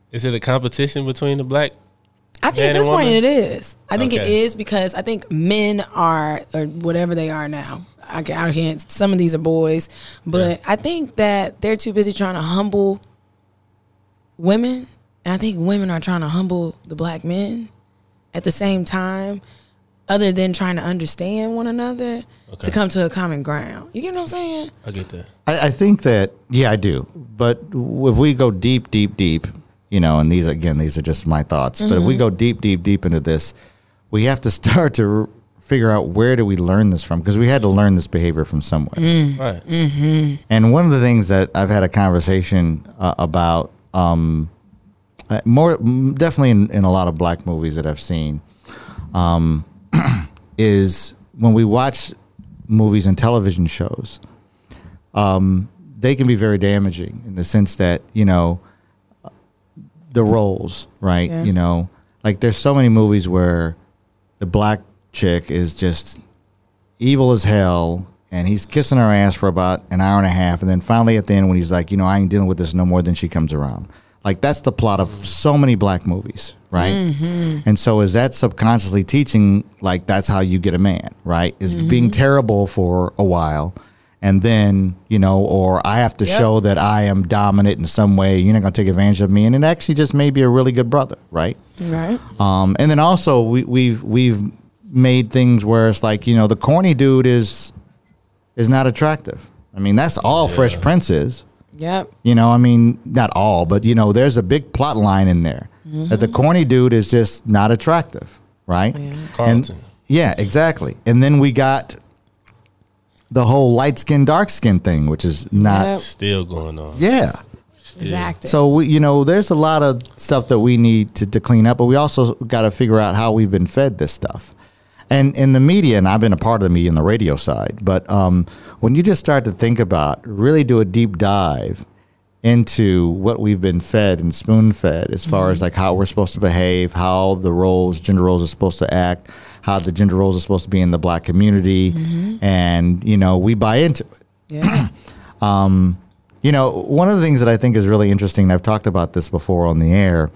Is it a competition between the black I think Man at and this point woman? it is. I think it Okay. is because I think men are or whatever they are now. I, ca- I can't. Some of these are boys, but I think that they're too busy trying to humble women, and I think women are trying to humble the black men at the same time. Other than trying to understand one another to Okay. come to a common ground, you get what I'm saying? I get that. I, I think that yeah, I do. But w- if we go deep, deep, deep, you know, and these again, these are just my thoughts. But if we go deep, deep, deep into this, we have to start to r- figure out where do we learn this from because we had to learn this behavior from somewhere. Right. Mm. And one of the things that I've had a conversation uh, about, um, uh, more m- definitely in, in a lot of black movies that I've seen, um, is when we watch movies and television shows, um, they can be very damaging in the sense that you know uh, the roles, right? Yeah. You know, like there's so many movies where the black chick is just evil as hell and he's kissing her ass for about an hour and a half and then finally at the end when he's like you know i ain't dealing with this no more then she comes around like that's the plot of so many black movies right and so is that subconsciously teaching like that's how you get a man right is being terrible for a while and then you know or i have to Yep. show that i am dominant in some way you're not going to take advantage of me and it actually just may be a really good brother right Right? um, and then also we, we've we've made things where it's like you know the corny dude is is not attractive. I mean that's all Fresh Prince is. Yep. You know, I mean not all, but you know there's a big plot line in there that the corny dude is just not attractive, right? Carlton. And, yeah, exactly. And then we got the whole light skin dark skin thing, which is not. Yep. Still going on. Yeah. Exactly. Uh, So we, you know, there's a lot of stuff that we need to, to clean up, but we also got to figure out how we've been fed this stuff. And in the media, and I've been a part of the media and the radio side, but um, when you just start to think about, really do a deep dive into what we've been fed and spoon fed as far as like how we're supposed to behave, how the roles, gender roles are supposed to act, how the gender roles are supposed to be in the black community. And, you know, we buy into it. yeah. You know, one of the things that I think is really interesting, and I've talked about this before on the air,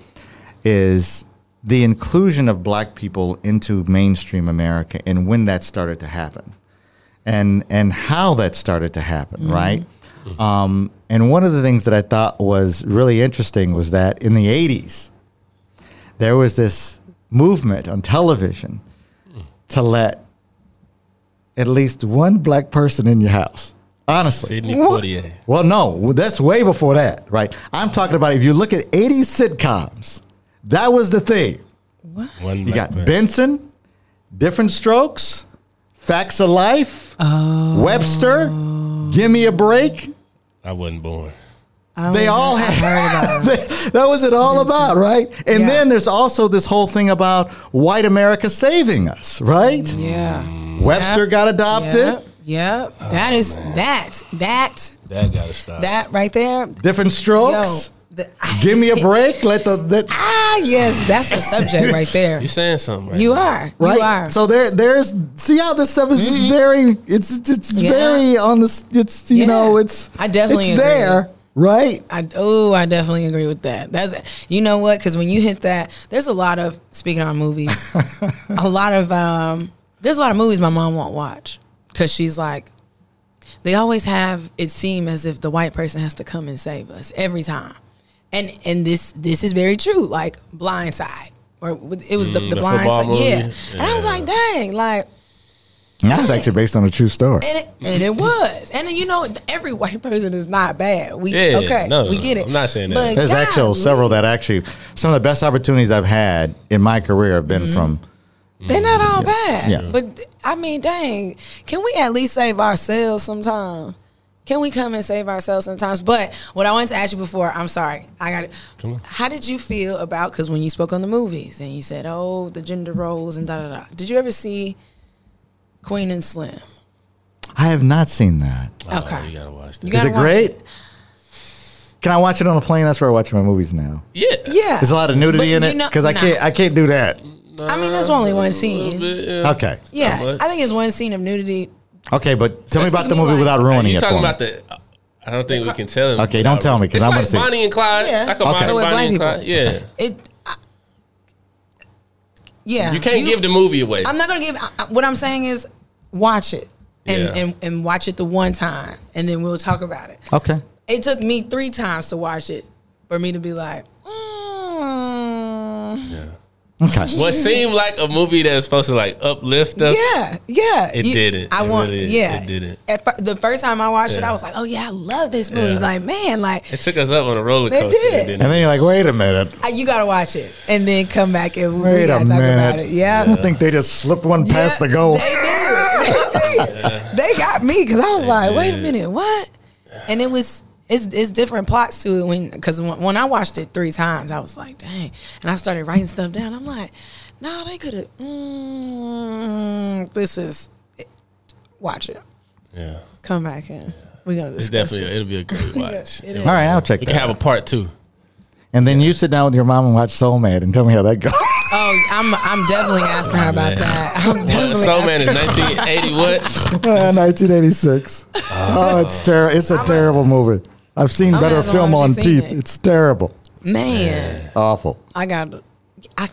is the inclusion of black people into mainstream America and when that started to happen and and how that started to happen, right? Um, and one of the things that I thought was really interesting was that in the 80s, there was this movement on television to let at least one black person in your house. Honestly. Sidney Poitier. Well, no, that's way before that, right? I'm talking about if you look at 80s sitcoms, that was the thing. One You black got man. Benson, Different Strokes, Facts of Life, Oh. Webster, Give Me a Break. I wasn't born. Oh They all had they- that was it all about, right? And Yeah. then there's also this whole thing about white America saving us, right? Yeah. Webster got adopted. Mm. Yep. Yep. That is that that That gotta stop. that right there. Different Yo, Strokes, the, Give Me a Break. Let the let, ah yes, that's a subject right there. You're saying something right You now. are. right? You are. Mm-hmm. So there, there's see how this stuff is just very, it's it's, it's Yeah. very on the, it's you Yeah. know, it's I definitely it's agree. there, right? I oh, I definitely agree with that. That's you know what? Because when you hit that, there's a lot of speaking on movies. a lot of um, there's a lot of movies my mom won't watch because she's like, they always have it seem as if the white person has to come and save us every time, and and this this is very true. Like Blindside, or with- it was the, the, Mm, the Blind football Side, yeah. movie? And I was Yeah. like, dang, like And that was actually based on a true story. and it, and it was. And then, you know, every white person is not bad. We Yeah, okay, no, we no, get it. I'm not saying that. But There's golly, actual several that actually some of the best opportunities I've had in my career have Mm-hmm. been from. They're not all bad. Yeah. But I mean, dang, can we at least save ourselves sometime? Can we come and save ourselves sometimes? But what I wanted to ask you before, I'm sorry, I got it. Come on. How did you feel about because when you spoke on the movies and you said, "Oh, the gender roles and da da da," did you ever see Queen and Slim? I have not seen that. Is Oh, okay. You gotta watch You that. gotta it watch great? Can I watch it on a plane? That's where I watch my movies now. yeah. Yeah, There's a lot of But nudity in you it know- because I nah. can't. I can't do that. I mean, there's only one scene. Yeah. Okay. Not Yeah, much. I think it's one scene of nudity. Okay, but tell me That's about what the I mean, movie like- without ruining you it for talking me. about the? I don't think we can tell him. Okay, don't tell me, 'cause It's I wanna like see it. Bonnie and Clyde. Yeah. Yeah. Like a Okay. Bonnie, With Bonnie and black Clyde. Yeah. It. I, Yeah, You can't you- give the movie away. I'm not gonna give. I- I- What I'm saying is, watch it and Yeah. and, and watch it the one time, and then we'll talk about it. Okay. It took me three times to watch it for me to be like, mm, yeah, Okay. what seemed like a movie that's supposed to like uplift us. yeah, It didn't. I It want, really- yeah, it didn't. At fir- the first time I watched it, Yeah. I was like, oh yeah, I love this movie. Yeah. Like man, like It took us up on a roller It coaster. did. didn't And then you're like, wait a minute. I- you gotta watch it and then come back and we Wait a gotta talk about minute. it. Yeah. I don't think they just slipped one past Yeah, the goal. They did. They, did. They got me because I was like, wait a did. minute, what? And it was it's it's different plots to it when because when, when I watched it three times, I was like, dang. And I started writing stuff down. I'm like, no, they could have. Mm, this is watch it. Yeah. Come back in. We're gonna It's discuss definitely it'll be a great watch. it. It is. All right, I'll check We can that. have a part two. And then you sit down with your mom and watch Soulmate and tell me how that goes. Oh, I'm I'm definitely asking her about Man. that. I'm definitely Soul Man asking is 1980 what? Uh, 1986. Oh, it's terrible. It's a terrible movie. I've seen I'm better not gonna film lie, on I've seen teeth. it. It's terrible. Man. Awful. I got, I,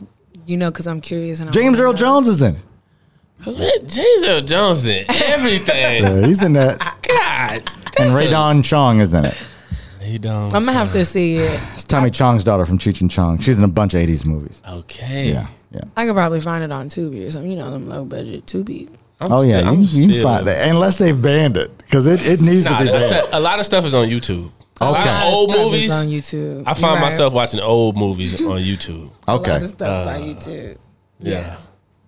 you know, because I'm curious. And I James wanna Earl know. Jones is in it. James Earl Jones in everything. Yeah, he's in that. God. And Radon Chong is in it. He don't. I'm gonna have to see it. It's Tommy Chong's daughter from Cheech and Chong. She's in a bunch of 80s movies. Okay. Yeah. Yeah. I could probably find it on Tubi or something. You know, them low budget Tubi. I'm Oh, yeah. still- You, I'm you can still- find that. Unless they've banned it because it, it needs Nah, to be banned. that- a lot of stuff is on YouTube. A lot Okay. of A old Stuff is movies. on YouTube. I You're find right. myself Uh, watching old movies on YouTube. A lot Okay. of stuff's on YouTube. Yeah.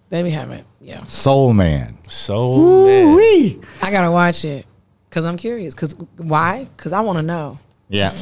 They be having, yeah. Soul Man. Soul Man. Wee. I gotta watch it because I'm curious. Because why? Because I want to know. Yeah.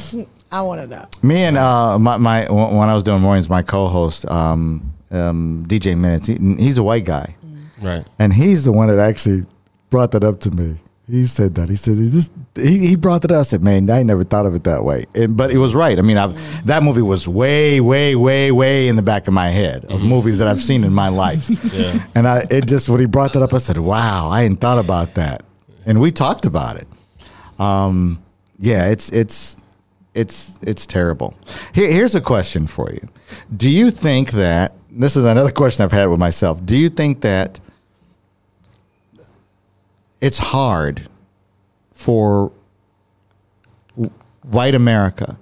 I want to know. Me and uh, my, my when I was doing mornings, my co-host um, um, DJ Minutes, he, he's a white guy, Right. and he's the one that actually brought that up to me. He said that he said he just he, he brought that up. I said, "Man, I never thought of it that way." And, but it was right. I mean, I've, that movie was way, way, way, way in the back of my head of movies that I've seen in my life. Yeah. And I it just when he brought that up, I said, "Wow, I hadn't thought about that." And we talked about it. Um, yeah, it's it's it's it's terrible. Here, here's a question for you: Do you think that this is another question I've had with myself? Do you think that it's hard for w- white America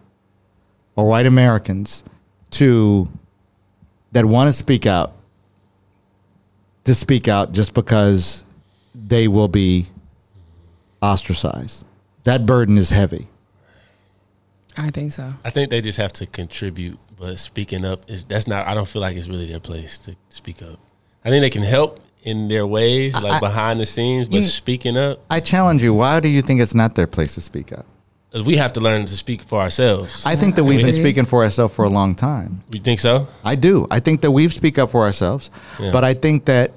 or white Americans to that want to speak out to speak out just because they will be ostracized. That burden is heavy. I think so. I think they just have to contribute, but speaking up is that's not. I don't feel like it's really their place to speak up. I think they can help in their ways, like behind the scenes, but speaking up, I challenge you. Why do you think it's not their place to speak up? 'cause we have to learn to speak for ourselves. I think that we've been Agreed. speaking for ourselves for a long time. you think so? I do. I think that we've speak up for ourselves, Yeah. but I think that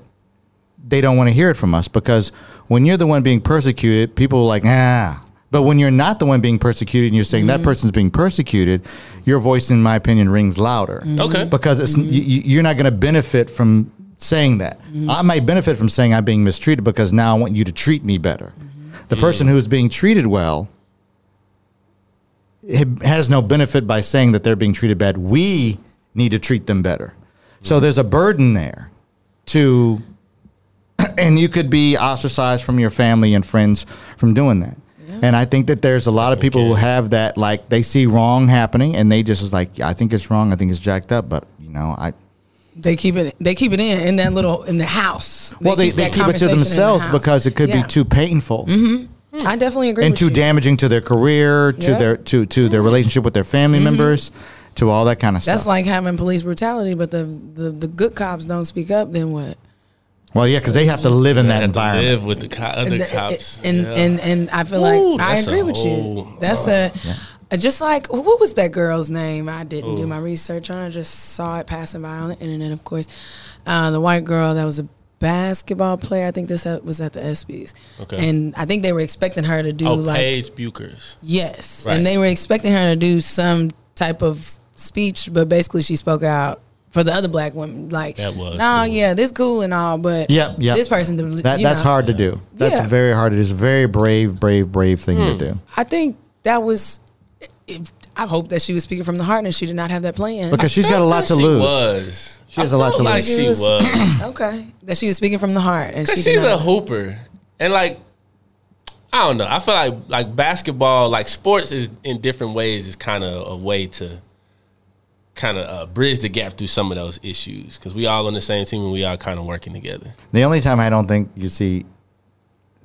they don't want to hear it from us because when you're the one being persecuted, people are like, ah. But when you're not the one being persecuted and you're saying that person's being persecuted, your voice, in my opinion, rings louder. Okay. because it's you, you- you're not going to benefit from saying that. I might benefit from saying I'm being mistreated because now I want you to treat me better. The person who's being treated well ha- has no benefit by saying that they're being treated bad. We need to treat them better. So there's a burden there to and you could be ostracized from your family and friends from doing that. And I think that there's a lot of people who Okay. have that, like they see wrong happening and they just is like, "Yeah, I think it's wrong, I think it's jacked up, but you know, I They keep it. They keep it in in that little in the house. well they, they that keep it to conversation in the themselves house. because it could Yeah. Mm-hmm. be too painful I definitely agree. and with too you. damaging to their career, to Yeah. Mm-hmm. their to to their relationship with their family members, to all that kind of That's stuff. like having police brutality, but the, the the good cops don't speak up. Then what? well, yeah, because they have to live in that Have to environment. live with the co- other and, the- cops. And, Yeah. and and I feel Ooh, like I that's a agree with whole- you. That's a just like what was that girl's name? I didn't do my research on. I just saw it passing by on the internet, of course. Uh, the white girl that was a basketball player. I think this at- was at the ESPYS. Okay. And I think they were expecting her to do oh, like Paige Buchers. yes, Right. and they were expecting her to do some type of speech, but basically she spoke out. For the other black women, like That was no, cool. yeah, this cool and all, but Yep, yep. this person, that, That, that's hard to do. That's Yeah. Hmm. very hard. It is a very brave, brave, brave thing to do. I think that was if I hope that she was speaking from the heart and she did not have that plan. because she's got a lot to She lose. was. She has a lot to like lose. She was. Okay, that she was speaking from the heart and she did she's a not. hooper, and like I don't know. I feel like like basketball, like sports, is in different ways is kind of a way to kind of uh, bridge the gap through some of those issues because we all on the same team and we all kind of working together. The only time I don't think you see,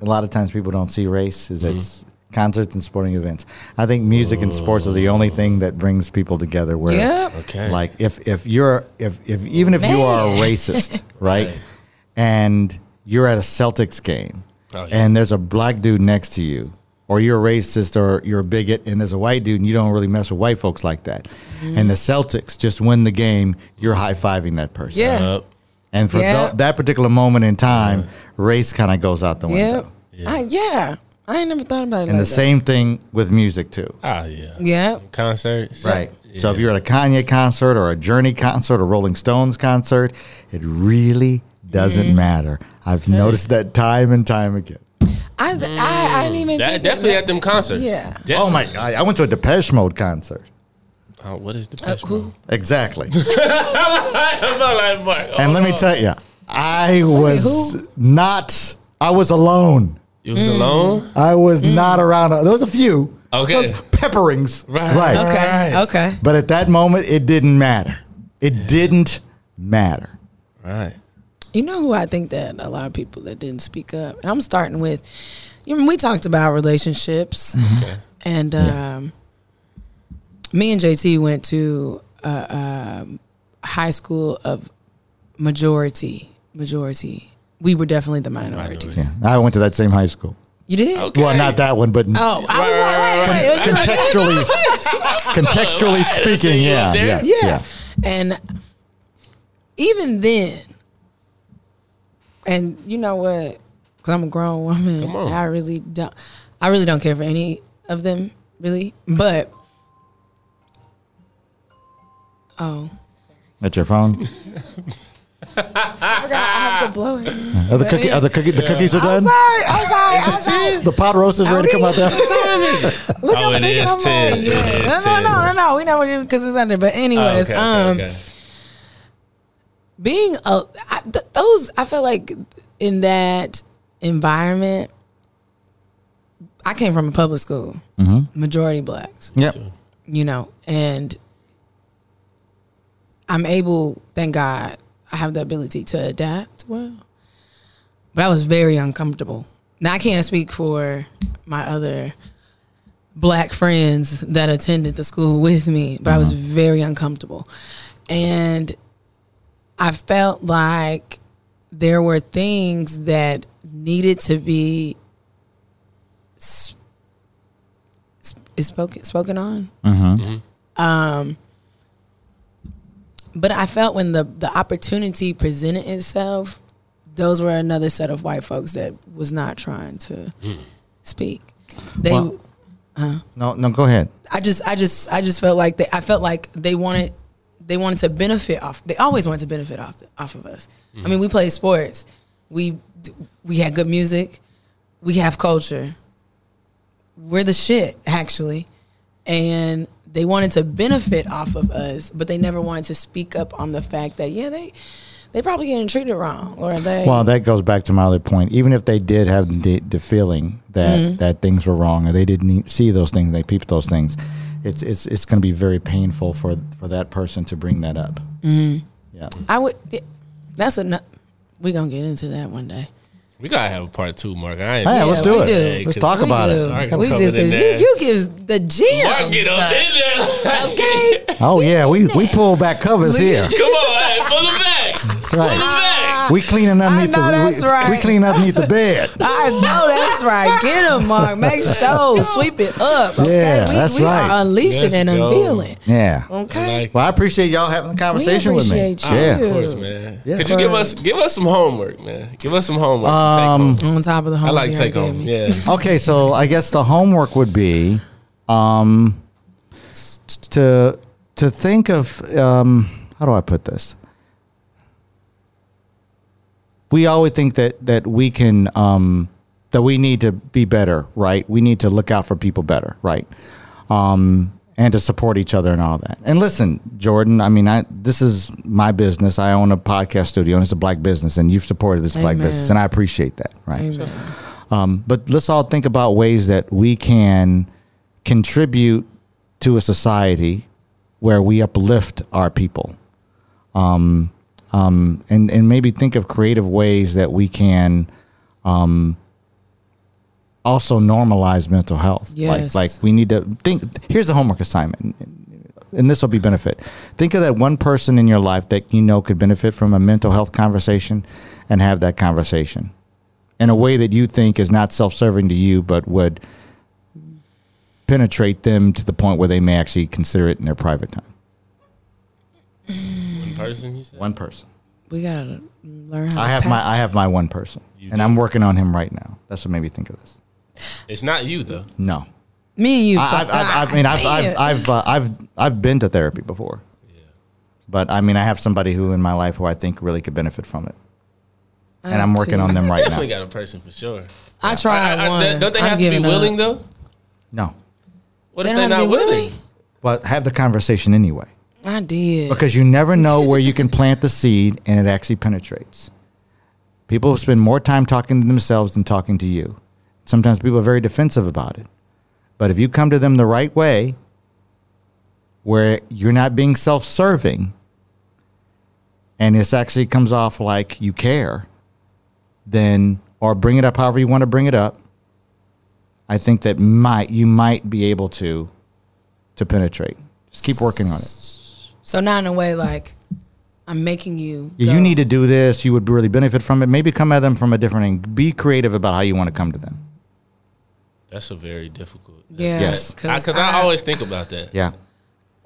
a lot of times people don't see race Hmm. is at s concerts and sporting events. I think music and sports are the only thing that brings people together. Where, Yep. Okay. like if if you're if if even if you are a Man. racist, right, and you're at a Celtics game, Oh, yeah. and there's a black dude next to you. Or you're a racist, or you're a bigot, and there's a white dude, and you don't really mess with white folks like that. And the Celtics just win the game. You're high fiving that person. Yeah. Up. And for Yeah. tho- that particular moment in time, race kind of goes out the window. Yep. Yeah. I, yeah. I ain't never thought about it. And like the same thing with music too. Ah, yeah. That. Yep. Concerts. Right. So if you're at a Kanye concert or a Journey concert or Rolling Stones concert, it really doesn't matter. I've noticed that time and time again. I, th- I I didn't even Mm. That think definitely that. at them concerts. Yeah. Definitely. Oh my god, I went to a Depeche Mode concert. Oh, what is the uh, who? Exactly. Oh. I'm not like Mark. and let me tell you, I was not. I was alone. you was alone. I was not around. There was a few. Okay. There was pepperings. Right. Right. Okay. Right. Okay. But at that moment, it didn't matter. It didn't matter. Right. You know who I think that a lot of people that didn't speak up, and I'm starting with, you know, we talked about relationships, and um, me and JT went to a, a high school of majority, majority. We were definitely the minority. Minority. Yeah, I went to that same high school. You did? Okay. Well, not that one, but Oh, I was Right, right, like, right, wait, wait, wait, wait. contextually, contextually speaking, you yeah, up there. yeah, Yeah. yeah. And even then, and you know what? Because I'm a grown woman, Come on. I really don't. I really don't care for any of them, really. But oh, That's your phone. I forgot Oh I have to blow it. Are the cookie? Are the cookie? The cookies are I'm done. Ah. sorry. I'm sorry. I'm sorry. The pot roast is ready to come out there. Look, Oh, I'm it thinking is I'm like, 10. It yeah. is no, no, 10. no, no, no. We know because it's under. But Oh, anyways, okay, okay, um. okay. being a I, th- those I feel like in that environment I came from a public school majority blacks Yep. you know and I'm able thank God I have the ability to adapt well but I was very uncomfortable now I can't speak for my other black friends that attended the school with me but I was very uncomfortable and I felt like there were things that needed to be sp- is spoken spoken on. Um, but I felt when the the opportunity presented itself, those were another set of white folks that was not trying to speak. They Well- No, no. Go ahead. I just I just I just felt like they I felt like they wanted they wanted to benefit off they always wanted to benefit off off of us. I mean, we play sports. We we had good music. We have culture. We're the shit actually. And they wanted to benefit off of us, but they never wanted to speak up on the fact that yeah, they they probably getting treated wrong or they Well, that goes back to my other point. Even if they did have the, the feeling that that things were wrong, or they didn't e- see those things, they peeped those things, it's it's it's going to be very painful for for that person to bring that up. Yeah. I would that's a we going to get into that one day. We gotta have a part two, Mark. I ain't Hey, let's do Oh, we it. do. Let's talk We about do. it. Mark is We do coming in because you, there. you give the gems. Mark, get up in there. Okay. Oh yeah, we we pull back covers here. Come on, hey, pull it back. Pull it right. back. We cleaning underneath know the that's we, right. we clean underneath the bed. I know that's right. Get him, Mark. Make sure sweep it up. Okay? Yeah, we, that's we right. are unleashing Let's and go. unveiling. Yeah. Okay. Like, Well, I appreciate y'all having the conversation We with me. appreciate Yeah. you. of course, man. Yeah. Could you give us give us some homework, man? Give us some homework. to take Um, home. On top of the home. I like take home. Yeah. Okay, so I guess the homework would be um, to to think of um, how do I put this? We always think that that we can um, that we need to be better, right? We need to look out for people better, right? Um, and to support each other and all that. And listen, Jordan, I mean, I this is my business. I own a podcast studio and it's a black business, and you've supported this black Amen. business, and I appreciate that, right? Um, but let's all think about ways that we can contribute to a society where we uplift our people. Um, um, and, and maybe think of creative ways that we can um, also normalize mental health. Yes. Like like we need to think here's the homework assignment. And this will be benefit. Think of that one person in your life that you know could benefit from a mental health conversation and have that conversation in a way that you think is not self serving to you, but would penetrate them to the point where they may actually consider it in their private time. One person, you said? One person. We gotta learn how I to have pack. my I have my one person. And I'm working on him right now. That's what made me think of this. It's not you though. No. me and you. I- I've, talked- I've, I mean, I've, I've, Man. I've, uh, I've, I've been to therapy before, but I mean, I have somebody who in my life who I think really could benefit from it, and I'm working on them right Definitely now. got a person for sure. I tried I- I- one. don't they I'm have to be giving up. willing though? No, What if They they're don't have not to be willing? but have the conversation anyway, I did. because you never know where you can plant the seed and it actually penetrates. People spend more time talking to themselves than talking to you. Sometimes people are very defensive about it, but if you come to them the right way, where you're not being self-serving, and this actually comes off like you care, then or bring it up however you want to bring it up. I think that might you might be able to to penetrate. Just keep working on it. So now in a way, like I'm making you. go, Yeah, You need to do this. You would really benefit from it. Maybe come at them from a different angle. Be creative about how you want to come to them. That's a very difficult. Yeah, Yes. Because I, always think about that. Yeah.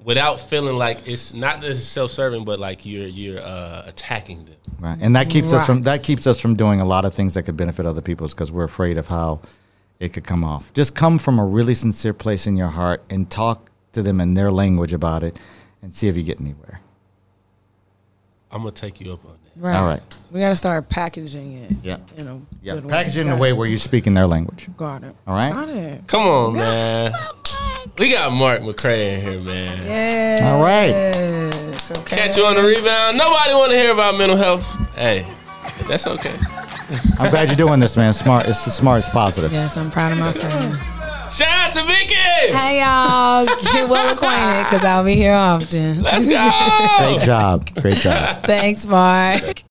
Without feeling like it's not that it's self-serving, but like you're you're uh, attacking them. Right. And that keeps us from Right. that keeps us from doing a lot of things that could benefit other people because we're afraid of how it could come off. Just come from a really sincere place in your heart and talk to them in their language about it and see if you get anywhere. I'm gonna take you up on that. Right. All right. We got to start packaging it. Yeah. You know. Yeah. Package it in a way where you speak in their language. Got it. All right? Got it. Come on, man. We got Mark McCray in here, man. Yes. All right. Yes. Okay. Catch you on the rebound. Nobody want to hear about mental health. Hey, that's okay. I'm glad you're doing this, man. Smart it's smart, it's positive. Yes, I'm proud of my friend. Shout out to Vicky. Hey y'all, get well acquainted because I'll be here often. Let's go. Great job. Great job. Thanks, Mark.